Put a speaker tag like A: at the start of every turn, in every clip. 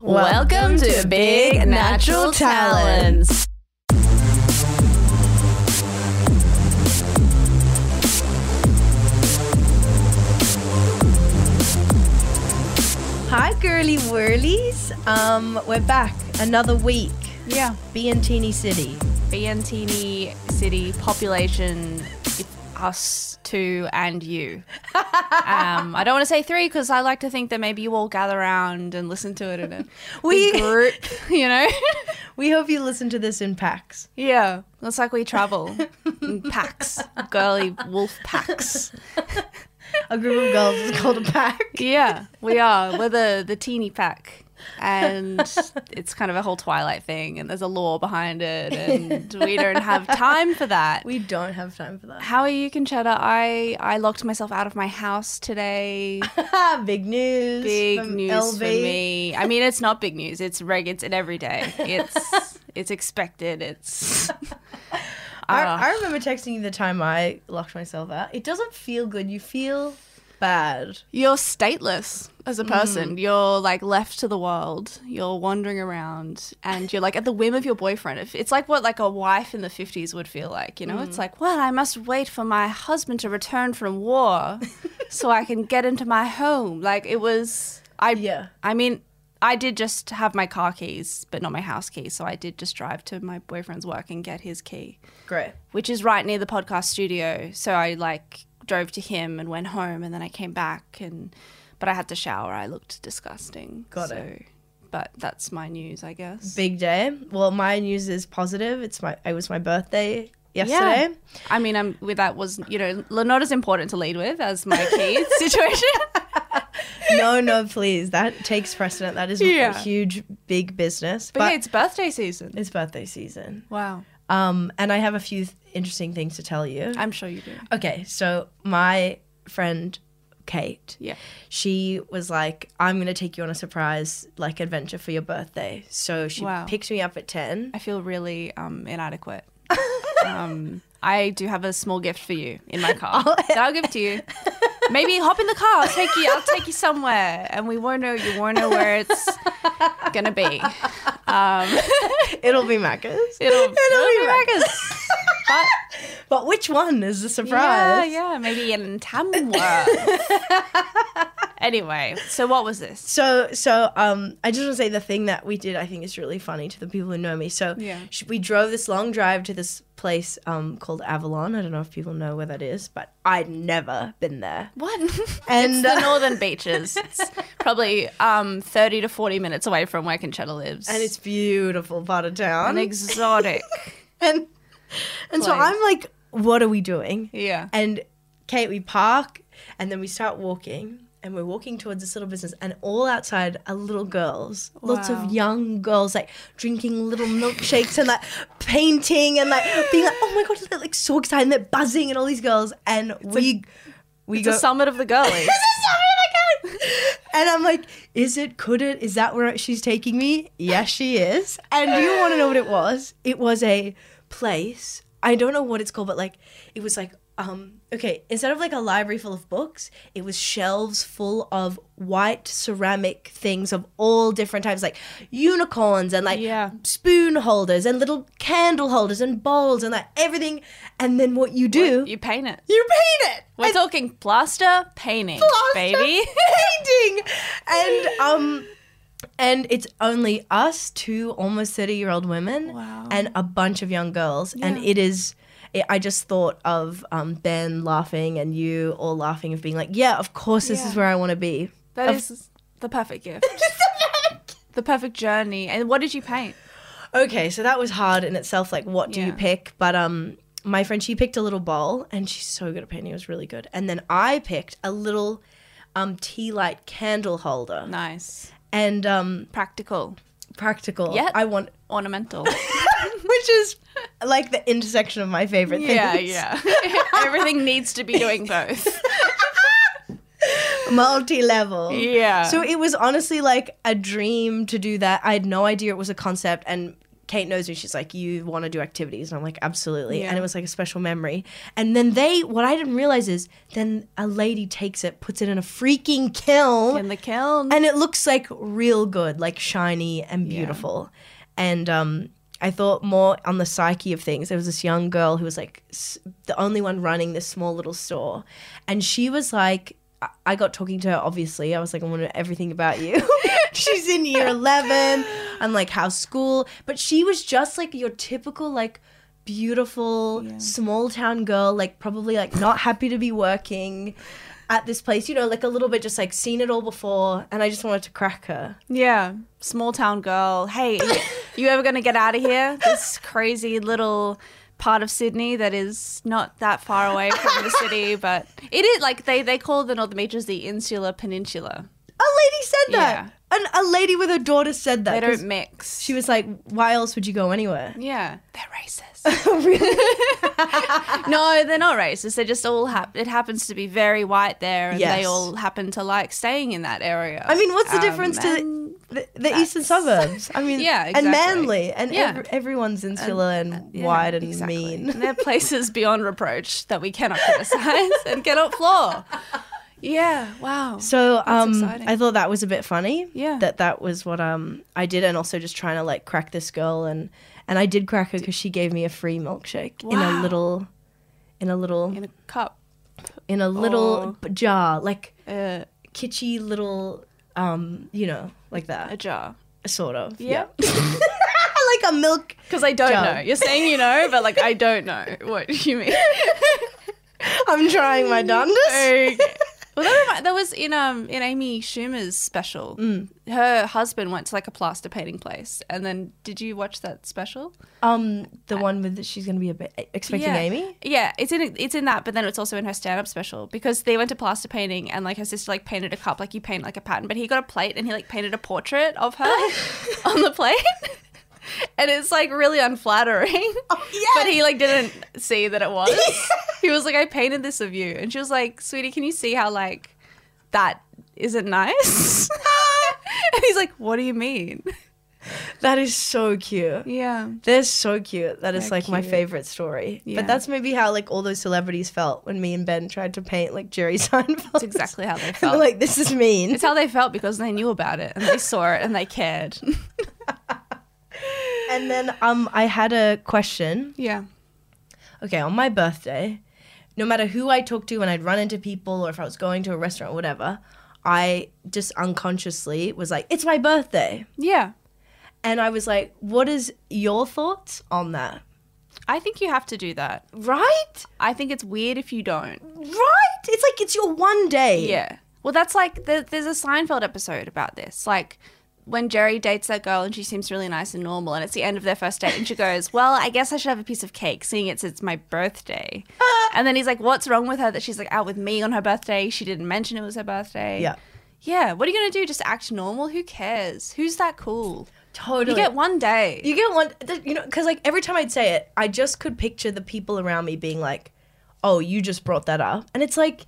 A: Welcome to Big Natural Talents.
B: Hi, girly whirlies. Um, we're back another week.
A: Yeah.
B: Teeny City.
A: Biantini E City population, it's us two and you. um, I don't want to say three because I like to think that maybe you all gather around and listen to it in a
B: We-
A: big group, you know?
B: We hope you listen to this in packs.
A: yeah. It's like we travel in packs, girly wolf packs.
B: A group of girls is called a pack.
A: Yeah, we are. We're the, the teeny pack. And it's kind of a whole Twilight thing, and there's a law behind it, and we don't have time for that.
B: We don't have time for that.
A: How are you, Conchetta? I I locked myself out of my house today.
B: big news.
A: Big
B: from
A: news
B: LV.
A: for me. I mean, it's not big news. It's reg. It's an everyday. It's it's expected. It's.
B: I,
A: Ah.
B: I remember texting you the time I locked myself out. It doesn't feel good. You feel bad.
A: You're stateless as a person. You're like left to the world. You're wandering around and you're like at the whim of your boyfriend. If- It's like what like a wife in the 50s would feel like, you know? It's like, well, I must wait for my husband to return from war so I can get into my home. Like it was I
B: Yeah.
A: I mean, I did just have my car keys, but not my house keys, so I did just drive to my boyfriend's work and get his key
B: Great.
A: which is right near the podcast studio. So I like drove to him and went home, and then I came back and but I had to shower. I looked disgusting.
B: Got
A: so,
B: it.
A: But that's my news, I guess.
B: Big day. Well, my news is positive. It's my. It was my birthday yesterday.
A: I mean, I'm with that was you know l- not as important to lead with as my kids situation.
B: no, no, please. That takes precedent. That is
A: Yeah.
B: a huge, big business.
A: But, yeah, it's birthday season.
B: It's birthday season.
A: Wow,
B: Um, and I have a few th- interesting things to tell you.
A: I'm sure you do.
B: Okay, so my friend Kate,
A: Yeah.
B: she was like, I'm going to take you on a surprise, like, adventure for your birthday. So she
A: Wow.
B: picked me up at 10.
A: I feel really um, inadequate. um, I do have a small gift for you in my car that I'll give to you. Maybe hop in the car. I'll take you. I'll take you somewhere, and we won't know. You won't know where it's gonna be. Um,
B: It'll be Macca's.
A: it'll, it'll be
B: Macca's.
A: Vegas. But
B: But which one is the
A: yeah,
B: surprise?
A: yeah, maybe in Tamworth. anyway, so what was this?
B: So, so um, I just want to say the thing that we did, I think is really funny to the people who know me. So,
A: Yeah.
B: sh- we drove this long drive to this place um, called Avalon. I don't know if people know where that is, but I'd never been there.
A: What?
B: And
A: it's the northern beaches. It's probably um, thirty to forty minutes away from where Conchetta lives,
B: and it's beautiful part of town.
A: an exotic.
B: and and so
A: Place.
B: I'm like, what are we doing?
A: yeah.
B: And Kate, we park, and then we start walking, and we're walking towards this little business, and all outside are little girls, lots
A: Wow.
B: of young girls, like drinking little milkshakes and like painting and like being like, oh my god, they're like so excited, and they're buzzing, and all these girls, and we we
A: It's
B: go.
A: a summit of the girlies.
B: This is so really good. And I'm like, is it, could it, is that where she's taking me? Yes, she is. And do you want to know what it was? It was a place. I don't know what it's called, but like, it was like, um, okay, instead of like a library full of books, it was shelves full of white ceramic things of all different types, like unicorns and like
A: Yeah.
B: spoon holders and little candle holders and bowls and like everything. And then what you do,
A: you paint it.
B: you paint it.
A: We're talking plaster painting,
B: Plaster
A: baby.
B: painting. And um and it's only us two almost 30 year old women
A: Wow.
B: and a bunch of young girls and it is it, I just thought of um, Ben laughing and you all laughing of being like, yeah, of course this is
A: Yeah.
B: where I want to be.
A: That is the perfect gift. the perfect journey. And what did you paint?
B: Okay, so that was hard in itself. Like, what do you
A: Yeah.
B: pick? But um, my friend she picked a little bowl, and she's so good at painting. It was really good. And then I picked a little um tea light candle holder,
A: Nice.
B: and um,
A: Practical.
B: practical.
A: Yep.
B: I want
A: Ornamental.
B: which is like the intersection of my favorite things.
A: yeah, yeah. Everything needs to be doing both.
B: Multi level.
A: Yeah.
B: So it was honestly like a dream to do that. I had no idea it was a concept and Kate knows me. She's like, you want to do activities, and I'm like, absolutely. And
A: Yeah.
B: it was like a special memory. And then they, what I didn't realize is, then a lady takes it, puts it in a freaking kiln,
A: in the kiln.
B: and it looks like real good, like shiny and beautiful. And um, I thought more on the psyche of things. There was this young girl who was like s- the only one running this small little store, and she was like. I- I got talking to her, obviously. I was like, I want to know everything about you. She's in year 11. I'm like, how's school? But she was just like your typical, like, beautiful small town girl, like, probably like not happy to be working at this place, you know, like a little bit just like seen it all before, and I just wanted to crack her.
A: yeah, small town girl. Hey, you ever gonna get out of here? This crazy little part of Sydney that is not that far away from the city, but it is like they they call the Northern Beaches the Insular Peninsula.
B: A lady said that.
A: that.
B: And a lady with her daughter said
A: They
B: that. 'cause
A: don't mix.
B: She was like, why else would you go anywhere?
A: yeah, they're racist. no, they're not racist. They just all hap- it happens to be very white there, and
B: Yes.
A: they all happen to like staying in that area.
B: I mean, what's the
A: Um,
B: difference to
A: and-
B: the, the eastern suburbs? I mean,
A: Yeah,
B: and
A: exactly.
B: manly, and
A: Yeah.
B: ev- everyone's insular and,
A: Yeah,
B: wide and
A: exactly.
B: mean.
A: And they're places beyond reproach that we cannot criticize and cannot flaw. Yeah, wow.
B: So um,
A: exciting.
B: I thought that was a bit funny.
A: Yeah.
B: that that was what um I did, and also just trying to like crack this girl, and and I did crack her because she gave me a free milkshake in a
A: Wow.
B: little, in a little
A: in a cup.
B: in a little b jar, like
A: Uh,
B: kitschy little, um, you know, like that,
A: a jar.
B: sort of.
A: Yeah.
B: like a milk.
A: Because I don't
B: Jar.
A: know. You're saying you know, but like I don't know what you mean.
B: I'm trying my darndest.
A: Mm-hmm. okay. Well, that, remi- that was in um in Amy Schumer's special. Her husband went to like a plaster painting place, and then did you watch that special?
B: Um, the one with she's gonna be a bit expecting
A: yeah.
B: Amy.
A: Yeah, it's in it's in that, but then it's also in her stand up special because they went to plaster painting and like her sister like painted a cup, like you paint like a pattern, but he got a plate and he like painted a portrait of her on the plate. And it's like really unflattering. But he like didn't see that it was. He was like, I painted this of you. And she was like, Sweetie, can you see how like that isn't nice? and he's like, What do you mean?
B: That is so cute.
A: Yeah.
B: They're so cute. That is
A: They're
B: like my
A: cute.
B: favorite story.
A: Yeah.
B: But that's maybe how like all those celebrities felt when me and Ben tried to paint like Jerry Seinfeld.
A: That's exactly how they felt.
B: like this is mean.
A: It's how they felt because they knew about it and they saw it and they cared.
B: And then um, I had a question.
A: Yeah.
B: Okay, on my birthday, no matter who I talked to, when I'd run into people or if I was going to a restaurant or whatever, I just unconsciously was like, "It's my birthday,"
A: Yeah.
B: and I was like, "What is your thoughts on that?"
A: I think you have to do that.
B: Right,
A: I think it's weird if you don't.
B: right. It's like it's your one day.
A: Yeah. Well, that's like there, there's a Seinfeld episode about this. Like when Jerry dates that girl and she seems really nice and normal, and it's the end of their first date, and she goes, "Well, I guess I should have a piece of cake, seeing it's it's my birthday." and then he's like, "What's wrong with her that she's like out with me on her birthday? She didn't mention it was her birthday."
B: Yeah.
A: Yeah. What are you gonna do? Just act normal? Who cares? Who's that cool?
B: totally.
A: You get one day.
B: You get one, th- you know, because like every time I'd say it, I just could picture the people around me being like, "Oh, you just brought that up," and it's like,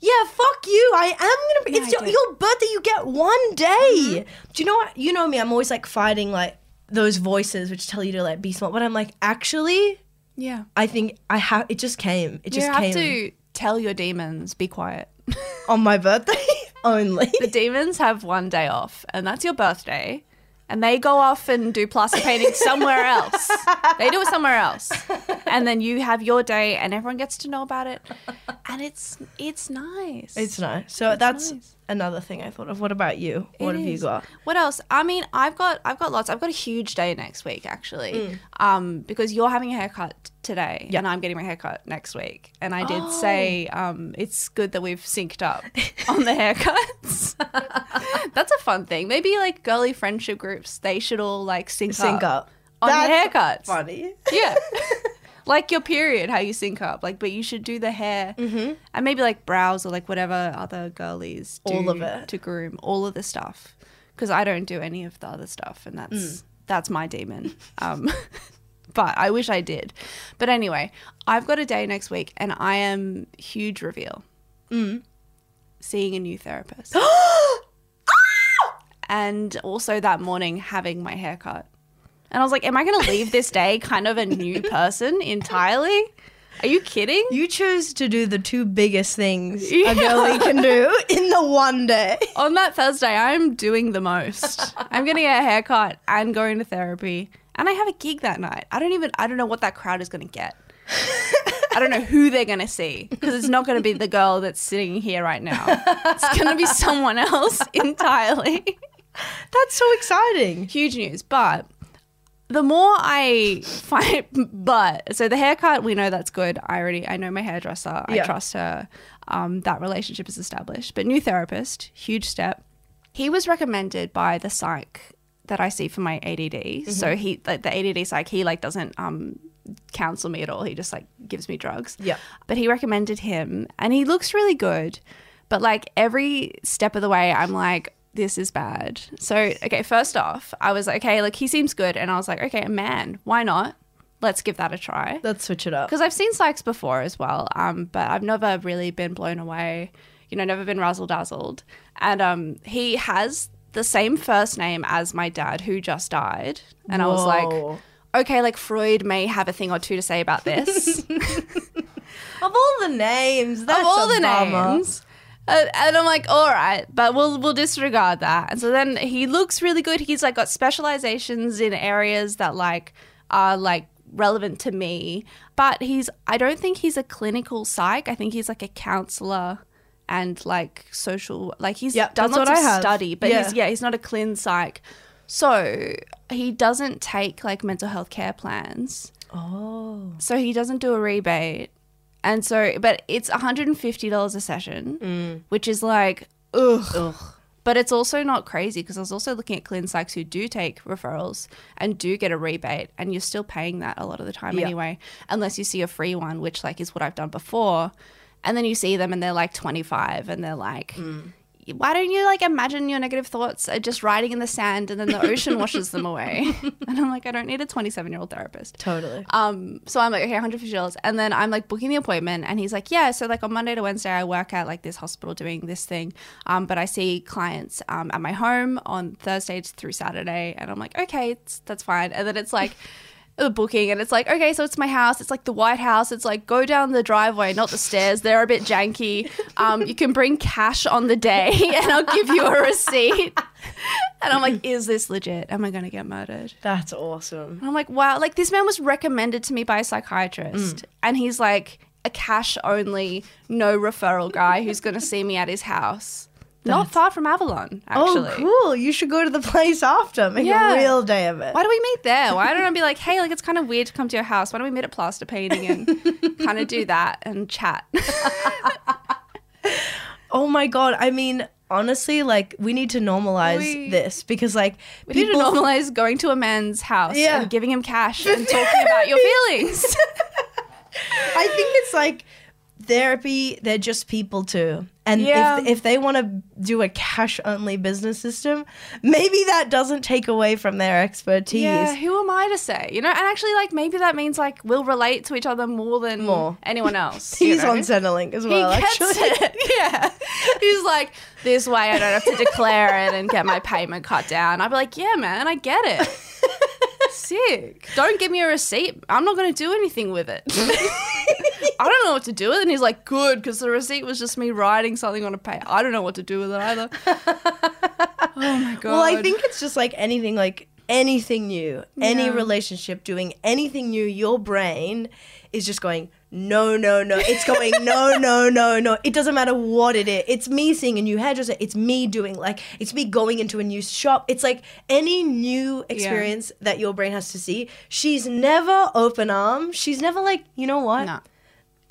B: "Yeah, fuck you! I am gonna. Be,
A: Yeah,
B: it's
A: I did.
B: your,
A: Mm-hmm.
B: your birthday. You get one day. Do you know what? You know me. I'm always like fighting like those voices which tell you to like be smart, but I'm like, actually,
A: yeah.
B: I think I have. It just came. It
A: You
B: just
A: have
B: came
A: to tell your demons, be quiet.
B: on my birthday only.
A: the demons have one day off, and that's your birthday. And they go off and do plaster painting somewhere else. They do it somewhere else, and then you have your day, and everyone gets to know about it, and it's it's nice.
B: It's nice. So that's
A: nice.
B: another thing I thought of. What about you? what
A: It
B: have you
A: is.
B: got?
A: What else? I mean, I've got I've got lots. I've got a huge day next week actually,
B: Mm.
A: um, because you're having a haircut today, and I'm getting my haircut next week. And I did
B: Oh.
A: say um, it's good that we've synced up on the haircuts. That's a fun thing. Maybe like girly friendship groups, they should all like sync,
B: Sync up.
A: on the
B: That's
A: haircuts.
B: Funny.
A: Yeah. Like your period, how you sync up, like, but you should do the hair
B: Mm-hmm.
A: and maybe like brows or like whatever other girlies do
B: All of it.
A: to groom all of the stuff. Because I don't do any of the other stuff, and that's
B: Mm.
A: that's my demon. Um, but I wish I did. But anyway, I've got a day next week, and I am huge reveal.
B: Mm.
A: Seeing a new therapist, and also that morning having my haircut. And I was like, am I going to leave this day kind of a new person entirely? Are you kidding?
B: You chose to do the two biggest things
A: Yeah.
B: a girlie can do in the one day.
A: On that Thursday, I'm doing the most. I'm going to get a haircut and going to therapy. And I have a gig that night. I don't even, I don't know what that crowd is going to get. I don't know who they're going to see because it's not going to be the girl that's sitting here right now. It's going to be someone else entirely.
B: That's so exciting.
A: huge news. But the more I find, but so the haircut, we know that's good. I already, I know my hairdresser.
B: Yeah.
A: I trust her. Um, that relationship is established. But new therapist, huge step. He was recommended by the psych that I see for my ADD.
B: Mm-hmm.
A: So he, like the ADD psych, he like doesn't um counsel me at all. He just like gives me drugs.
B: Yeah.
A: But he recommended him and he looks really good. But like every step of the way, I'm like, this is bad. So, okay, first off, I was like, okay, like he seems good. And I was like, okay, a man, why not? Let's give that a try.
B: Let's switch it up.
A: Because I've seen psychs before as well, um, but I've never really been blown away, you know, never been razzle dazzled. And um, he has the same first name as my dad, who just died. And I was
B: Whoa.
A: like, okay, like Freud may have a thing or two to say about this.
B: Of all the names, that's
A: of all
B: a
A: the
B: bummer.
A: names. Uh, and I'm like, all right, but we'll we'll disregard that. And so then he looks really good. He's like got specializations in areas that like are like relevant to me. But he's I don't think he's a clinical psych. I think he's like a counselor and like social like he's
B: Yep,
A: done
B: that's
A: lots
B: what
A: of
B: I have.
A: study, but he's
B: Yeah.
A: yeah, he's not a clin psych. So he doesn't take like mental health care plans.
B: Oh.
A: So he doesn't do a rebate. And so, but it's $150 a session, which is like, ugh. But it's also not crazy because I was also looking at clin psychs who do take referrals and do get a rebate, and you're still paying that a lot of the time
B: Yeah.
A: anyway, unless you see a free one, which like is what I've done before. And then you see them and they're like 25 and they're like, why don't you like imagine your negative thoughts are just riding in the sand and then the ocean washes them away? And I'm like, I don't need a 27 year old therapist.
B: Totally.
A: Um, so I'm like, okay, 150 dollars, and then I'm like booking the appointment, and he's like, yeah, so like on Monday to Wednesday, I work at like this hospital doing this thing, um, but I see clients um, at my home on Thursdays through Saturday, and I'm like, okay, it's, that's fine, and then it's like. The booking and it's like okay so it's my house it's like the white house it's like go down the driveway not the stairs they're a bit janky um, you can bring cash on the day and i'll give you a receipt and i'm like is this legit am i going to get murdered
B: That's awesome.
A: and I'm like, wow, like this man was recommended to me by a psychiatrist.
B: Mm.
A: And he's like a cash only, no referral guy who's going to see me at his house. Not far from Avalon, actually.
B: Oh, cool. You should go to the place after. Make
A: Yeah.
B: a real day of it.
A: Why do we meet there? Why don't I be like, hey, like it's kind of weird to come to your house. Why don't we meet at plaster painting and kind of do that and chat?
B: Oh my god. I mean, honestly, like we need to normalize
A: We-
B: this because like
A: We need to normalize going to a man's house
B: Yeah.
A: and giving him cash and talking about your feelings.
B: I think it's like therapy, they're just people too. And
A: Yeah.
B: if, if they want to do a cash only business system, maybe that doesn't take away from their expertise.
A: Yeah, who am I to say? You know, and actually, like maybe that means like we'll relate to each other more than
B: More.
A: anyone else. you
B: He's
A: know?
B: on Centrelink as
A: He
B: well,
A: gets
B: actually.
A: it. Yeah, he's like this way. I don't have to declare it and get my payment cut down. I'd be like, yeah, man, I get it. Sick. Don't give me a receipt. I'm not going to do anything with it. I don't know what to do with it. And he's like, good, because the receipt was just me writing something on a pay. I don't know what to do with it either. oh my god.
B: Well, I think it's just like anything, like anything new, any
A: Yeah.
B: relationship doing anything new, your brain is just going, no, no, no. It's going, no, no, no, no. It doesn't matter what it is. It's me seeing a new hairdresser. It's me doing, like, it's me going into a new shop. It's like any new experience that your brain has to see. She's never open arm. She's never like, you know what?
A: No.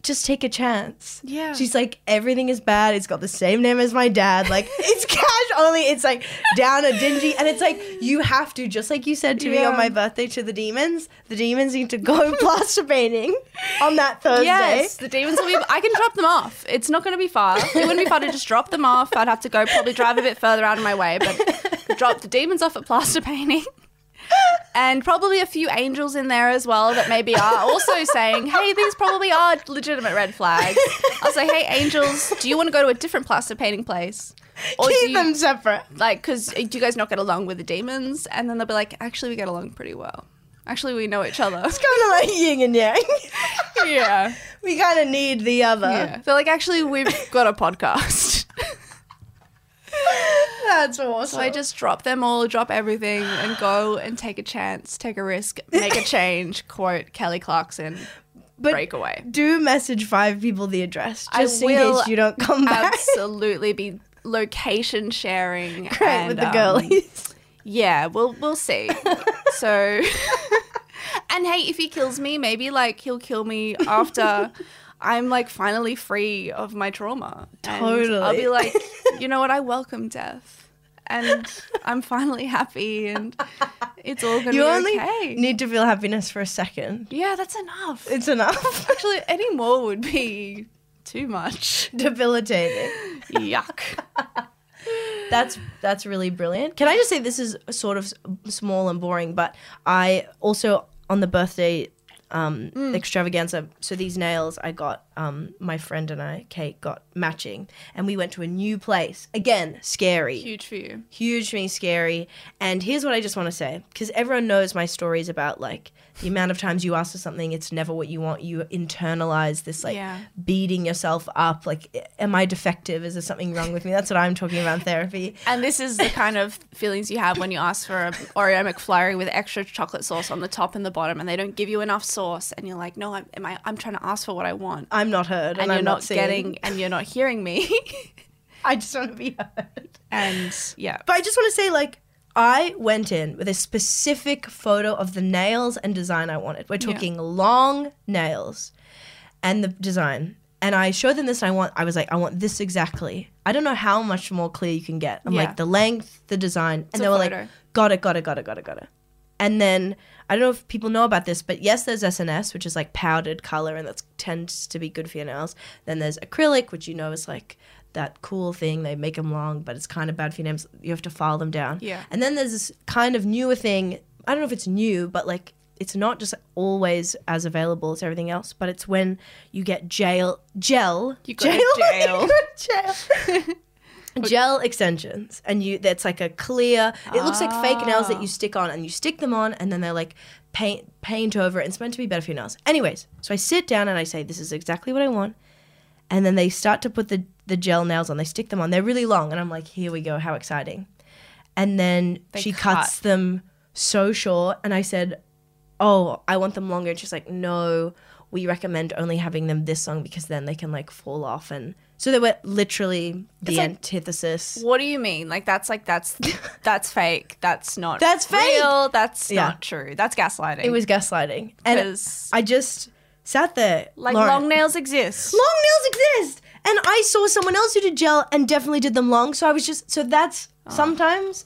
B: Just take a chance.
A: Yeah.
B: She's like, everything is bad. It's got the same name as my dad. Like, it's cash only. It's like down a dingy. And it's like, you have to, just like you said to me
A: Yeah.
B: on my birthday to the demons, the demons need to go plaster painting on that Thursday.
A: Yes, the demons will be. I can drop them off. It's not going to be far. It wouldn't be far to just drop them off. I'd have to go probably drive a bit further out of my way, but drop the demons off at plaster painting. And probably a few angels in there as well that maybe are also saying, hey, these probably are legitimate red flags. I'll say, hey, angels, do you want to go to a different plaster painting place? Or do
B: Keep
A: you-
B: them separate.
A: like because do you guys not get along with the demons and then they'll be like actually we get along pretty well actually we know each other
B: It's kind of like yin and yang.
A: yeah
B: we kind of need the other.
A: yeah they're like actually we've got a podcast
B: That's awesome.
A: so i just drop them all drop everything and go and take a chance take a risk make a change quote kelly clarkson
B: but
A: breakaway
B: do message five people the address
A: I
B: just in
A: will
B: case you don't come back.
A: absolutely be location sharing
B: Great
A: and,
B: with the
A: um,
B: girlies.
A: Yeah, we'll we'll see. so, and hey, if he kills me, maybe like he'll kill me after I'm like finally free of my trauma. And I'll
B: Totally.
A: be like, you know what? I welcome death, and I'm finally happy, and it's all gonna
B: you
A: be
B: only
A: okay.
B: need to feel happiness for a second.
A: yeah, that's enough.
B: It's enough.
A: Actually, any more would be too much.
B: Debilitating.
A: Yuck.
B: That's that's really brilliant. Can I just say this is sort of s- small and boring, but I also on the birthday um, extravaganza. So these nails I got, um, my friend and I, Kate, got matching, and we went to a new place. Again, scary
A: Huge for you.
B: huge for me, scary. And here's what I just want to say, because everyone knows my stories about like the amount of times you ask for something, it's never what you want. You internalize this like
A: Yeah.
B: beating yourself up. Like, am I defective? Is there something wrong with me? That's what I'm talking about in therapy.
A: And this is the kind of feelings you have when you ask for an Oreo McFlurry with extra chocolate sauce on the top and the bottom, and they don't give you enough sauce, and you're like, "No, I'm am I, I'm trying to ask for what I want,
B: I'm not heard, and,
A: and
B: I'm
A: you're
B: not,
A: not,
B: seen.
A: getting, and you're not hearing me."
B: I just want to be heard.
A: and yeah,
B: But I just want to say, like, I went in with a specific photo of the nails and design I wanted. We're
A: Yeah.
B: talking long nails and the design. And I showed them this and I want I was like, I want this exactly. I don't know how much more clear you can get. I'm
A: Yeah.
B: like the length, the design.
A: a
B: and they were
A: photo.
B: like, got it, got it, got it, got it, got it. And then I don't know if people know about this, but yes, there's SNS, which is like powdered color, and that tends to be good for your nails. Then there's acrylic, which you know is like that cool thing. They make them long, but it's kind of bad for your nails. You have to file them down.
A: Yeah.
B: And then there's this kind of newer thing. I don't know if it's new, but like it's not just always as available as everything else, but it's when you get jail gel.
A: You go to jail.
B: You go to jail. gel extensions and you that's like a clear it looks like fake nails
A: Ah.
B: that you stick on and you stick them on and then they're like paint paint over it and it's meant to be better for your nails anyways so i sit down and i say this is exactly what i want and then they start to put the the gel nails on they stick them on they're really long and i'm like here we go how exciting and then she
A: cut.
B: cuts them so short and i said oh i want them longer and she's like no we recommend only having them this long because then they can like fall off and so they were literally the
A: like-
B: antithesis
A: what do you mean? Like that's like that's that's fake. That's not
B: That's fake.
A: real, That's
B: Yeah.
A: not true. That's gaslighting.
B: It was gaslighting. And
A: 'Cause,
B: I just sat there.
A: like
B: Lauren,
A: long nails exist.
B: long nails exist. And I saw someone else who did gel and definitely did them long. So I was just so that's
A: Ah.
B: sometimes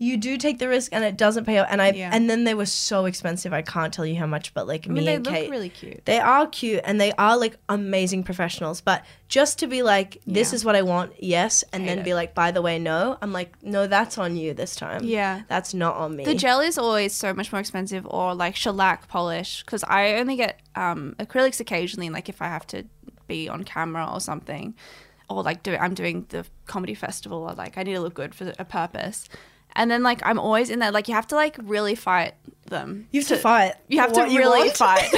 B: you do take the risk and it doesn't pay off. And I
A: Yeah.
B: and then they were so expensive. I can't tell you how much, but like
A: I
B: me
A: mean, they
B: and
A: look
B: Kate,
A: really cute.
B: they are cute and they are like amazing professionals. But just to be like, this
A: Yeah.
B: is what I want, yes, and
A: Hate
B: then
A: it.
B: be like, by the way, no. I'm like, no, that's on you this time.
A: Yeah.
B: that's not on me.
A: The gel is always so much more expensive, or like shellac polish, because I only get um, acrylics occasionally, like if I have to be on camera or something, or like do I'm doing the comedy festival, or like I need to look good for a purpose. And then like I'm always in there, like you have to like really fight them.
B: you have to, fight.
A: You have
B: for
A: to
B: what you
A: really
B: want.
A: fight.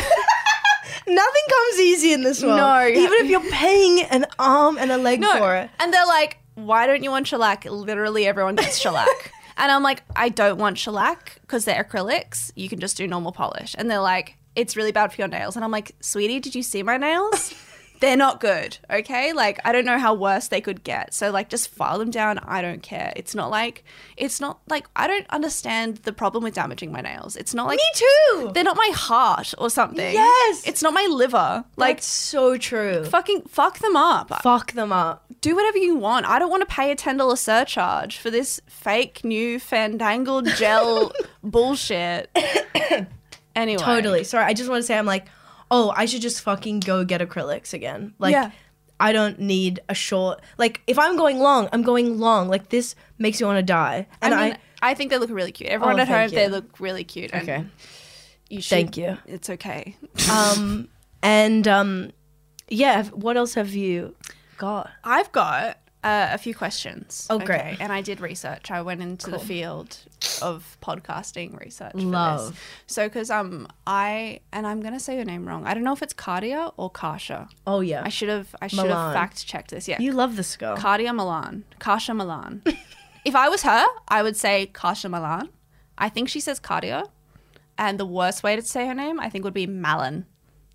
B: Nothing comes easy in this world.
A: No, you-
B: Even if you're paying an arm and a leg for
A: no,
B: it.
A: and they're like, why don't you want shellac? Literally everyone gets shellac. And I'm like, I don't want shellac because they're acrylics. You can just do normal polish. And they're like, it's really bad for your nails. And I'm like, sweetie, did you see my nails? they're not good. Okay. Like, I don't know how worse they could get. So, like, just file them down. I don't care. It's not like, it's not like, I don't understand the problem with damaging my nails. It's not like,
B: Me too.
A: they're not my heart or something.
B: Yes.
A: It's not my liver. Like,
B: Like so true.
A: fucking fuck them up
B: Fuck them up.
A: do whatever you want. I don't want to pay a ten dollar surcharge for this fake new fandangled gel bullshit. Anyway,
B: Totally. Sorry, I just want to say I'm like, oh, I should just fucking go get acrylics again. Like
A: Yeah.
B: I don't need a short like if I'm going long, I'm going long. Like this makes me want to die.
A: I
B: And I,
A: mean, I, think they look really cute. Everyone
B: Oh,
A: at home,
B: thank
A: they
B: you.
A: look really cute. and
B: Okay.
A: you should,
B: Thank you.
A: It's okay.
B: um and um yeah, what else have you got?
A: I've got uh, a few questions.
B: Oh, great.
A: And I did research. I went into the field of podcasting research. For
B: Love.
A: this. So, because um, I and I'm gonna say your name wrong. I don't know if it's Cardia or Kasha.
B: Oh yeah,
A: I should have. I should have
B: Milan.
A: fact checked this. Yeah,
B: you love this girl.
A: Cardia Milan, Kasha Milan. if I was her, I would say Kasha Milan. I think she says Cardia, and the worst way to say her name, I think, would be Malin.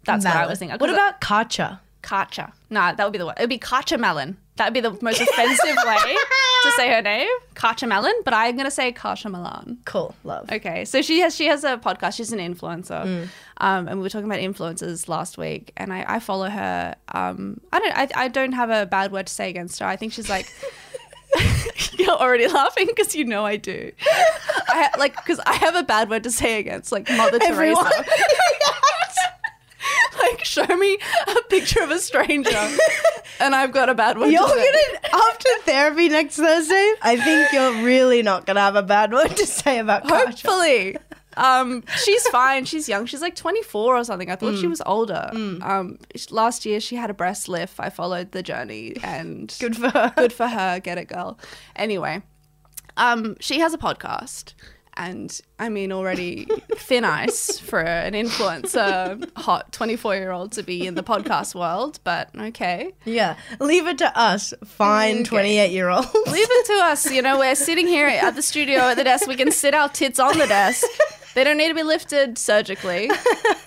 A: That's what I
B: Malin.
A: was thinking.
B: What
A: 'Cause
B: about Kacha?
A: Kacha. Nah, that would be the word. It would be Kacha Melon. That would be the most offensive way to say her name, Kacha Melon. But I'm gonna say Kacha Milan.
B: Cool, love. Mm.
A: Okay, so she has she has a podcast. She's an influencer, um, and we were talking about influencers last week. And I, I follow her. Um, I don't I, I don't have a bad word to say against her. I think she's like. You're already laughing because you know I do. I ha- like because I have a bad word to say against like Mother
B: Everyone.
A: Teresa. like show me a picture of a stranger, and I've got a bad word.
B: You're
A: to say.
B: gonna after therapy next Thursday. I think you're really not gonna have a bad word to say about Kacha.
A: Hopefully. Um, she's fine. She's young. She's like 24 or something. I thought she was older. Um, sh- last year she had a breast lift. I followed the journey and
B: Good for her.
A: good for her. Get it, girl. Anyway, um, she has a podcast. And I mean, already thin ice for an influencer, hot 24 year old to be in the podcast world, but okay.
B: Yeah, leave it to us, fine twenty-eight-year-olds.
A: Leave it to us. You know, we're sitting here at the studio at the desk. We can sit our tits on the desk. They don't need to be lifted surgically,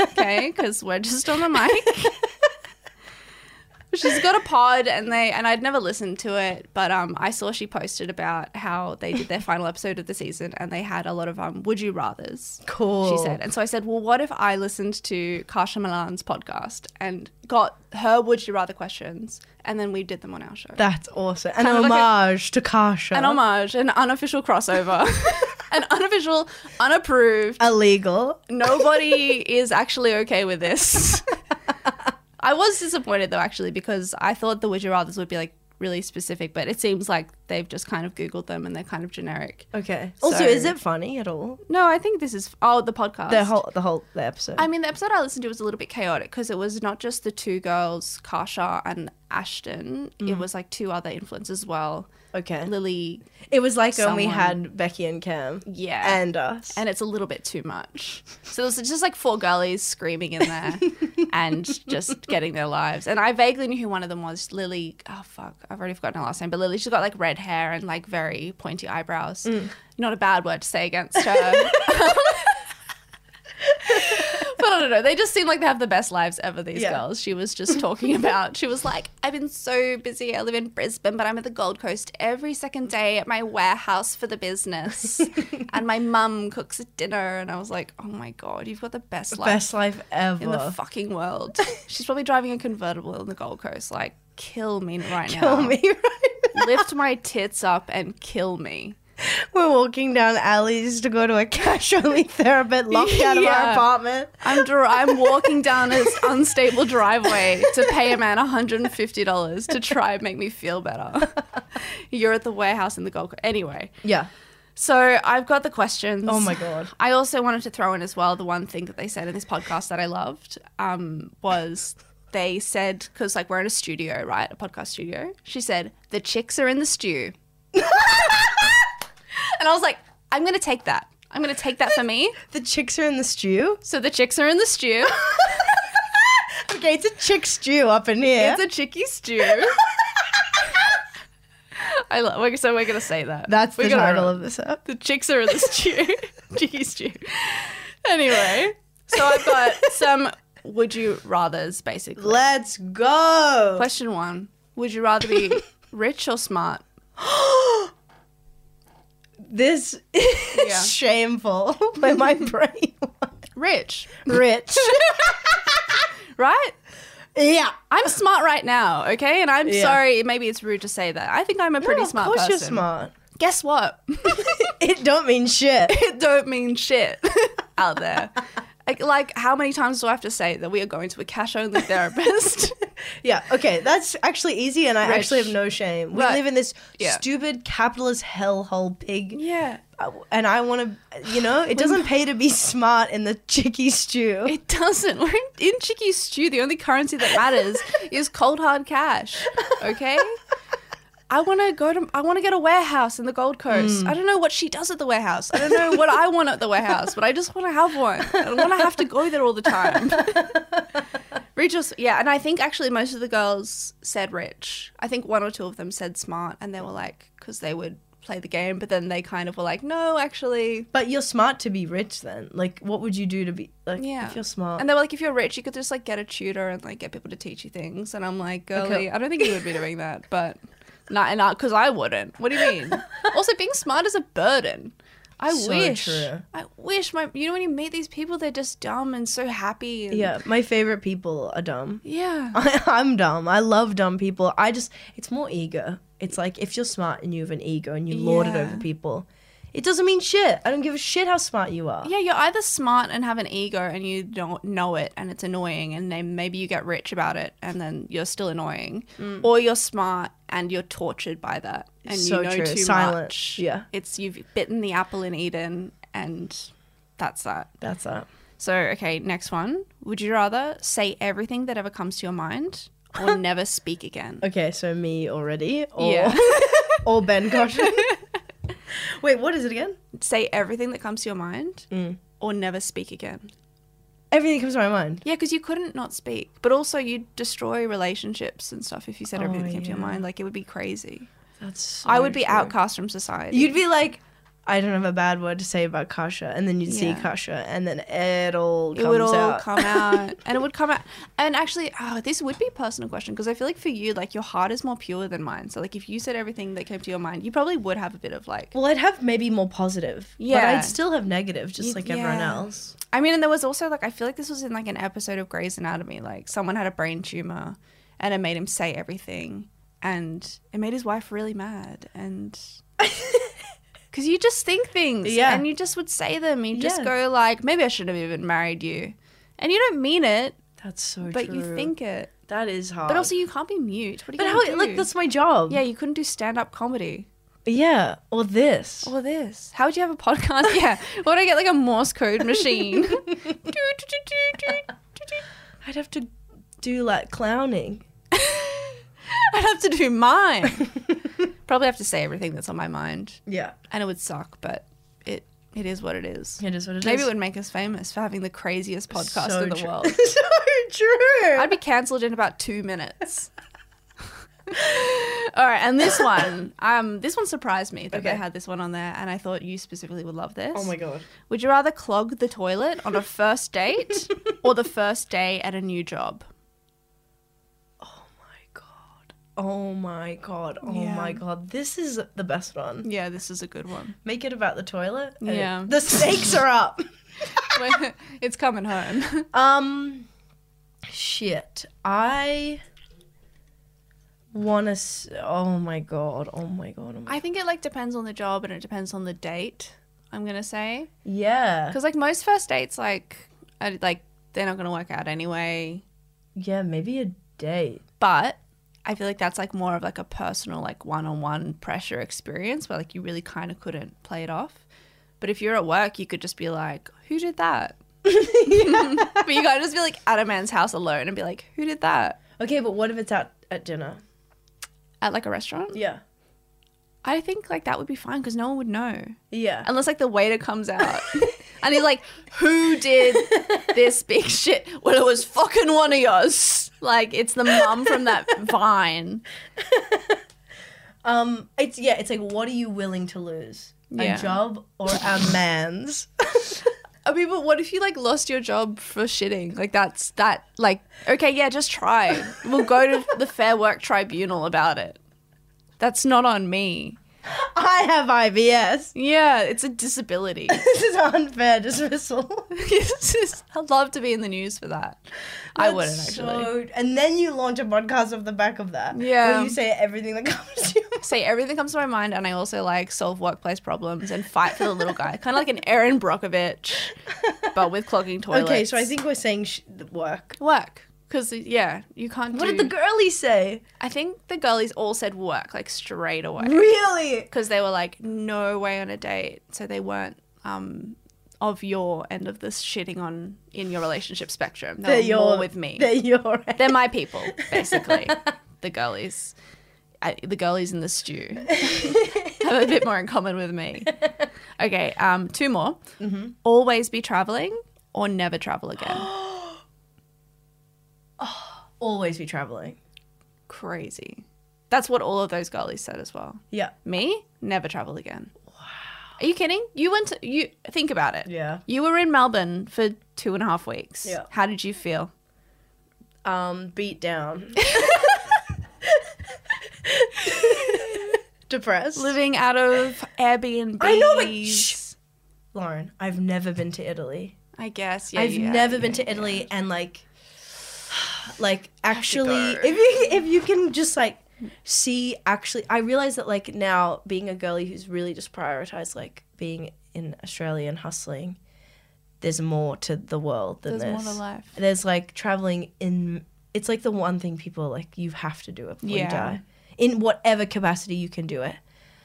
A: okay? Because we're just on the mic. She's got a pod, and they and I'd never listened to it, but um, I saw she posted about how they did their final episode of the season, and they had a lot of um, would you rather's.
B: Cool.
A: She said, and so I said, well, what if I listened to Kasha Milan's podcast and got her would you rather questions, and then we did them on our show
B: That's awesome. An
A: Kind of like a-
B: homage to Kasha.
A: an homage, an unofficial crossover, an unofficial, unapproved.
B: Illegal.
A: Nobody is actually okay with this. I was disappointed though, actually, because I thought the Would You Rather's would be like really specific, but it seems like they've just kind of Googled them and they're kind of generic.
B: Okay. Also,
A: So-
B: is it funny at all?
A: No, I think this is oh the podcast.
B: The whole the whole the episode.
A: I mean, the episode I listened to was a little bit chaotic because it was not just the two girls, Kasha and Ashton. It was like two other influencers as well,
B: okay.
A: Lily.
B: It was like when we
A: Someone-
B: had Becky and Cam.
A: Yeah,
B: And us.
A: and it's a little bit too much. So there's just like four girlies screaming in there and just getting their lives. And I vaguely knew who one of them was. Lily, oh fuck, I've already forgotten her last name, but Lily, she's got like red hair and like very pointy eyebrows. Not a bad word to say against her. But I don't know. They just seem like they have the best lives ever, these
B: Yeah.
A: girls. She was just talking about, she was like, I've been so busy. I live in Brisbane, but I'm at the Gold Coast every second day at my warehouse for the business. and my mum cooks dinner. And I was like, oh my God, you've got the best life
B: Best life ever.
A: in the fucking world. She's probably driving a convertible on the Gold Coast. Like, kill me right
B: Kill
A: now.
B: me right now.
A: Lift my tits up and kill me.
B: We're walking down alleys to go to a cash only therapist locked out of
A: Yeah.
B: our apartment.
A: I'm dri- I'm walking down an unstable driveway to pay a man $150 to try and make me feel better. You're at the warehouse in the Gold Coast. Anyway,
B: Yeah.
A: so I've got the questions.
B: Oh my God.
A: I also wanted to throw in as well the one thing that they said in this podcast that I loved um, was they said, because like we're in a studio, right? A podcast studio. She said, the chicks are in the stew. and I was like, I'm going to take that. I'm going to take that for me.
B: The chicks are in the stew.
A: So the chicks are in the stew.
B: Okay, it's a chick stew up in here.
A: It's a chicky stew. I love. we're- So we're gonna say that.
B: That's
A: We're
B: the
A: gonna-
B: title of this app.
A: The chicks are in the stew. chicky stew. Anyway, so I've got some would you rather's basically.
B: Let's go.
A: Question one: Would you rather be rich or smart?
B: This is
A: Yeah.
B: shameful, but my brain was
A: Rich,
B: rich.
A: right?
B: yeah.
A: I'm smart right now, okay? And I'm
B: Yeah.
A: sorry. Maybe it's rude to say that. I think I'm a pretty
B: No,
A: smart
B: Oh, Of course
A: person.
B: you're smart.
A: Guess what?
B: It don't mean shit.
A: it don't mean shit out there. Like, like, how many times do I have to say that we are going to a cash only therapist?
B: Yeah, okay, that's actually easy, and I
A: Rich.
B: actually have no shame. We
A: Right.
B: live in this
A: Yeah.
B: stupid capitalist hellhole pig,
A: yeah.
B: uh, and I want to, you know, it doesn't pay to be smart in the chicky stew.
A: It doesn't. We're in, in Chicky Stew. The only currency that matters is cold hard cash. Okay? I want to go to, I want to get a warehouse in the Gold Coast. I don't know what she does at the warehouse. I don't know what I want at the warehouse, but I just want to have one. I don't want to have to go there all the time. Rachel's, yeah. And I think actually most of the girls said rich. I think one or two of them said smart, and they were like, because they would play the game, but then they kind of were like, no, actually.
B: But you're smart to be rich then. Like, what would you do to be like?
A: Yeah.
B: If you're smart,
A: And they were like, if you're rich, you could just like get a tutor and like get people to teach you things. And I'm like, girly,
B: Okay.
A: I don't think you would be doing that, but not and not because I wouldn't. What do you mean? also, being smart is a burden. I
B: So
A: wish.
B: true.
A: I wish my. You know when you meet these people, they're just dumb and so happy. And,
B: yeah, my favorite people are dumb.
A: Yeah.
B: I, I'm dumb. I love dumb people. I just, it's more ego. It's like if you're smart and you have an ego and you lord it
A: Yeah.
B: over people, it doesn't mean shit. I don't give a shit how smart you are.
A: Yeah, you're either smart and have an ego and you don't know it and it's annoying and then maybe you get rich about it and then you're still annoying. Or you're smart and you're tortured by that and
B: Mm. So
A: you know
B: true.
A: too
B: Silent.
A: much.
B: Yeah.
A: It's you've bitten the apple in Eden and that's that.
B: That's that.
A: So, okay, next one. Would you rather say everything that ever comes to your mind or never speak again?
B: Okay, so me already, or
A: Yeah.
B: or Ben Caution. Wait, what is it again?
A: say everything that comes to your mind
B: Mm.
A: or never speak again?
B: Everything comes to my mind.
A: Yeah, because you couldn't not speak, but also you'd destroy relationships and stuff if you said everything that came to your
B: Oh, yeah. Oh,
A: mind. Like it would be crazy.
B: That's
A: I would be
B: out.
A: outcast from society.
B: You'd be like, I don't have a bad word to say about Kasha, and then you'd see
A: Yeah.
B: Kasha, and then it all comes
A: it would all
B: out.
A: come out, and it would come out. And actually, oh, this would be a personal question because I feel like for you, like your heart is more pure than mine. So like if you said everything that came to your mind, you probably would have a bit of like.
B: well, I'd have maybe more positive, but
A: Yeah.
B: I'd still have negative, just
A: You'd-
B: like everyone
A: yeah.
B: else.
A: I mean, and there was also like I feel like this was in like an episode of Grey's Anatomy. Like someone had a brain tumor, and it made him say everything, and it made his wife really mad, and because you just think things,
B: Yeah.
A: and you just would say them. You just
B: Yeah.
A: go like, maybe I shouldn't have even married you, and you don't mean it,
B: That's so
A: but
B: true.
A: you think it.
B: that is hard.
A: But also, you can't be mute. What are
B: but
A: you
B: how?
A: gonna
B: Like
A: do?
B: that's my job.
A: yeah, you couldn't do stand-up comedy.
B: yeah. Or this.
A: Or this. How would you have a podcast? yeah. Why would I get like a Morse code machine?
B: I'd have to do like clowning.
A: I'd have to do mine. Probably have to say everything that's on my mind,
B: Yeah,
A: and it would suck, but it it is what it is.
B: it is what it is.
A: Maybe it would make us famous for having the craziest podcast
B: So
A: in the
B: true.
A: world.
B: so true.
A: I'd be cancelled in about two minutes. All right, and this one, um, this one surprised me that they
B: Okay.
A: had this one on there, and I thought you specifically would love this.
B: oh my god.
A: Would you rather clog the toilet on a first date or the first day at a new job?
B: My god. Oh my god. Oh
A: Yeah.
B: my god. This is the best one.
A: Yeah, this is a good one.
B: Make it about the toilet. and
A: Yeah.
B: The stakes are up.
A: it's coming home.
B: Um, shit. I want to. S- oh my god. Oh my god. Oh my-
A: I think it like depends on the job and it depends on the date. I'm gonna say
B: yeah.
A: because like most first dates, like I, like they're not gonna work out anyway.
B: Yeah. Maybe a date.
A: But I feel like that's like more of like a personal like one-on-one pressure experience where like you really kind of couldn't play it off. But if you're at work, you could just be like, "Who did that?" but you gotta just be like at a man's house alone and be like, "Who did that?"
B: Okay, but what if it's out at dinner?
A: At like a restaurant,
B: Yeah.
A: I think like that would be fine because no one would know.
B: Yeah.
A: unless like the waiter comes out and he's like, "Who did this big shit?" Well, it was fucking one of yours. Like it's the mum from that Vine.
B: Um. It's yeah. It's like, what are you willing to lose?
A: Yeah.
B: A job or a man's?
A: I mean, but what if you like lost your job for shitting? Like that's that. Like okay, yeah, just try. We'll go to the Fair Work Tribunal about it. That's not on me.
B: I have IBS.
A: Yeah, it's a disability.
B: This is unfair dismissal.
A: It's just- I'd love to be in the news for that. I
B: That's
A: wouldn't actually.
B: so- and then you launch a podcast off the back of that.
A: Yeah.
B: Where you say everything that comes to you.
A: say everything comes to my mind and I also like solve workplace problems and fight for the little guy. kind of like an Aaron Brockovich, but with clogging toilets.
B: Okay, so I think we're saying sh- the work.
A: work. Because, yeah, you can't
B: What
A: do...
B: did the girlie say?
A: I think the girlies all said work, like, straight away.
B: Really?
A: Because they were like, no way on a date. So they weren't um, of your end of this shitting on in your relationship spectrum. They were more with me.
B: They're your.
A: They're my people, basically, the girlies. I, the girlies in the stew have a bit more in common with me. Okay, um, two more.
B: Mm-hmm.
A: Always be traveling or never travel again.
B: Always be traveling.
A: Crazy. That's what all of those girlies said as well.
B: Yeah.
A: Me, never travel again. Wow. Are you kidding? You went to, you think about it.
B: Yeah.
A: You were in Melbourne for two and a half weeks.
B: Yeah.
A: How did you feel?
B: Um, beat down. Depressed.
A: Living out of Airbnb.
B: I know, but shh. Lauren, I've never been to Italy.
A: I guess. Yeah.
B: I've
A: yeah,
B: never
A: yeah.
B: been to Italy and like like actually
A: go.
B: if you if you can just like see actually I realize that like now being a girly who's really just prioritized like being in Australia and hustling there's more to the world than
A: There's
B: this.
A: more to life.
B: There's like traveling in it's like the one thing people are like you have to do it before
A: Yeah.
B: you die in whatever capacity you can do it.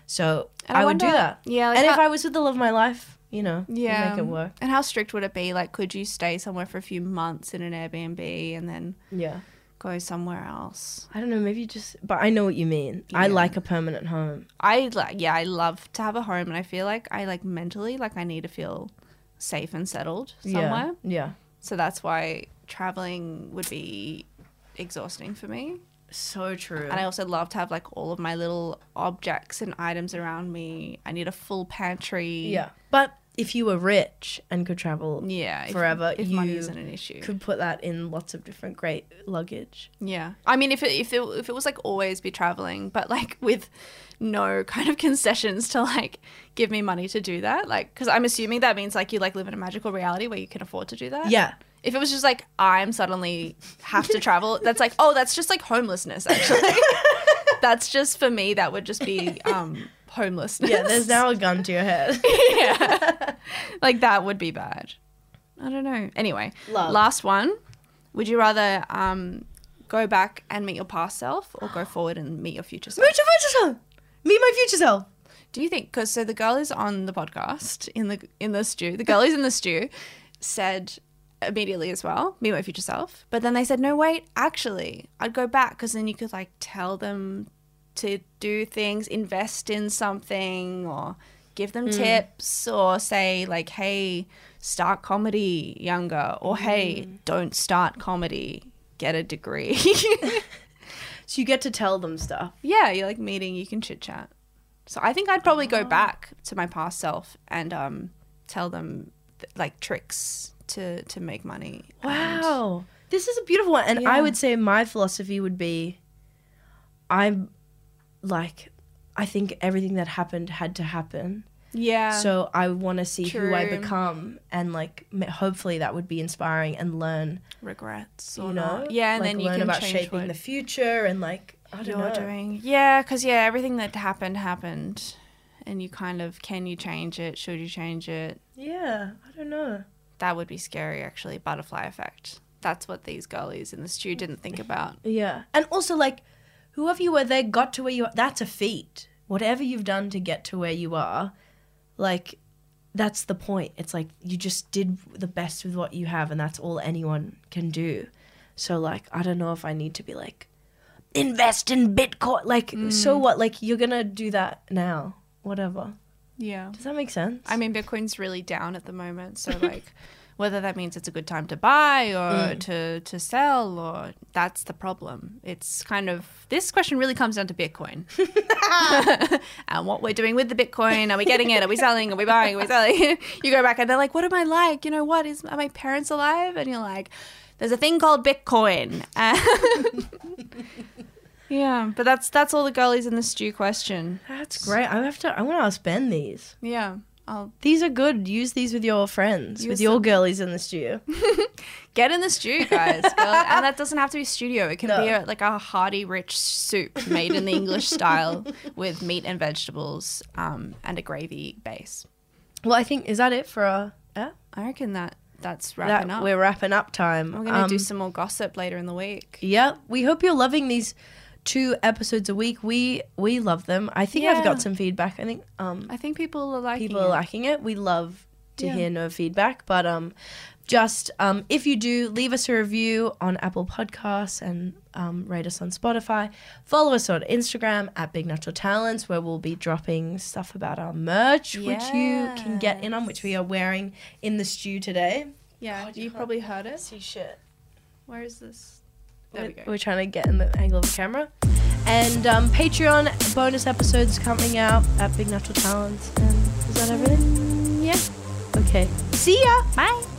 B: So
A: And
B: I,
A: I
B: would do
A: wonder-
B: that.
A: yeah, like
B: and if
A: how-
B: I was with the love of my life, you know, you'd
A: Yeah.
B: make it work.
A: And how strict would it be? Like, could you stay somewhere for a few months in an Airbnb and then
B: Yeah.
A: go somewhere else?
B: I don't know, maybe just, but I know what you mean. I
A: Yeah.
B: like a permanent home.
A: I like, yeah, I love to have a home, and I feel like I like mentally, like I need to feel safe and settled somewhere.
B: Yeah. yeah.
A: So that's why traveling would be exhausting for me.
B: So true.
A: And I also love to have like all of my little objects and items around me. I need a full pantry.
B: yeah. But if you were rich and could travel,
A: Yeah. if-
B: Forever,
A: If, money
B: you
A: isn't an issue.
B: could put that in lots of different great luggage.
A: Yeah. I mean, if it, if it, if it was like always be traveling, but like with no kind of concessions to like give me money to do that, like, because I'm assuming that means like you like live in a magical reality where you can afford to do that.
B: Yeah.
A: If it was just like I'm suddenly have to travel, that's like oh that's just like homelessness actually. that's just for me that would just be um homelessness.
B: Yeah, there's now a gun to your head.
A: yeah. Like that would be bad. I don't know. Anyway,
B: Love.
A: last one. Would you rather um, go back and meet your past self or go forward and meet your future self?
B: Meet your future self. Meet my future self.
A: Do you think cuz so the girl is on the podcast in the in the stew. The girl is in the stew said immediately as well, meet my future self. But then they said, "No, wait, actually, I'd go back cuz then you could like tell them to do things, invest in something or give them tips or say like, "Hey, start comedy younger," or "Hey, don't start comedy." Get a degree.
B: So you get to tell them stuff.
A: Yeah, you're like meeting, you can chit chat. So I think I'd probably go back to my past self and um, tell them th- like tricks to to make money. and-
B: Wow. This is a beautiful one. And
A: Yeah.
B: I would say my philosophy would be I'm like, I think everything that happened had to happen.
A: yeah.
B: So I want to see who I
A: True.
B: become, and like m- hopefully that would be inspiring and learn,
A: regrets
B: you
A: or
B: know,
A: not. Yeah, and
B: like,
A: then you
B: learn
A: can
B: about
A: change
B: shaping
A: what
B: the future and like I don't
A: you're
B: know.
A: doing. Yeah, because yeah, everything that happened happened, and you kind of can you change it? Should you change it?
B: Yeah, I don't know.
A: That would be scary, actually. Butterfly effect. That's what these girlies in the stew didn't think about.
B: Yeah, and also like whoever you were there got to where you are. That's a feat. Whatever you've done to get to where you are, like that's the point. It's like you just did the best with what you have, and that's all anyone can do. So like I don't know if I need to be like invest in Bitcoin. Like so what? Like you're gonna do that now. Whatever.
A: Yeah.
B: Does that make sense?
A: I mean, Bitcoin's really down at the moment, so like, whether that means it's a good time to buy or to to sell, or that's the problem. It's kind of this question really comes down to Bitcoin and what we're doing with the Bitcoin. Are we getting it? Are we selling? Are we buying? Are we selling? you go back and they're like, "What am I like? You know, what is? Are my parents alive?" And you're like, "There's a thing called Bitcoin." yeah, but that's that's all the girlies in the stew question.
B: that's great. I have to. I want to ask Ben these.
A: Yeah, I'll
B: These are good. Use these with your friends,
A: Use
B: with your girlies in the studio.
A: Get in the stew, guys. Go- and that doesn't have to be studio. It can
B: No.
A: be a, like a hearty, rich soup made in the English style with meat and vegetables um, and a gravy base.
B: Well, I think is that it for our yeah.
A: I reckon that that's
B: That
A: wrapping up.
B: we're wrapping up time.
A: We're going to
B: Um,
A: do some more gossip later in the week.
B: Yeah, we hope you're loving these two episodes a week. We we love them. I think I've
A: Yeah.
B: got some feedback. I think um
A: I think people are liking
B: people
A: it.
B: are liking it. We love to
A: Yeah.
B: hear no feedback, but um just um if you do leave us a review on Apple Podcasts and um, rate us on Spotify. Follow us on Instagram at Big Natural Talents, where we'll be dropping stuff about our merch, which you can get in on, which we are wearing in the stew today.
A: Yeah,
B: God, you
A: you
B: can't
A: probably heard it.
B: See shit.
A: Where is this? There
B: We're,
A: we go.
B: we're trying to get in the angle of the camera. And um, Patreon bonus episodes coming out at Big Natural Talents. And is that everything?
A: Yeah.
B: Okay. See ya.
A: Bye.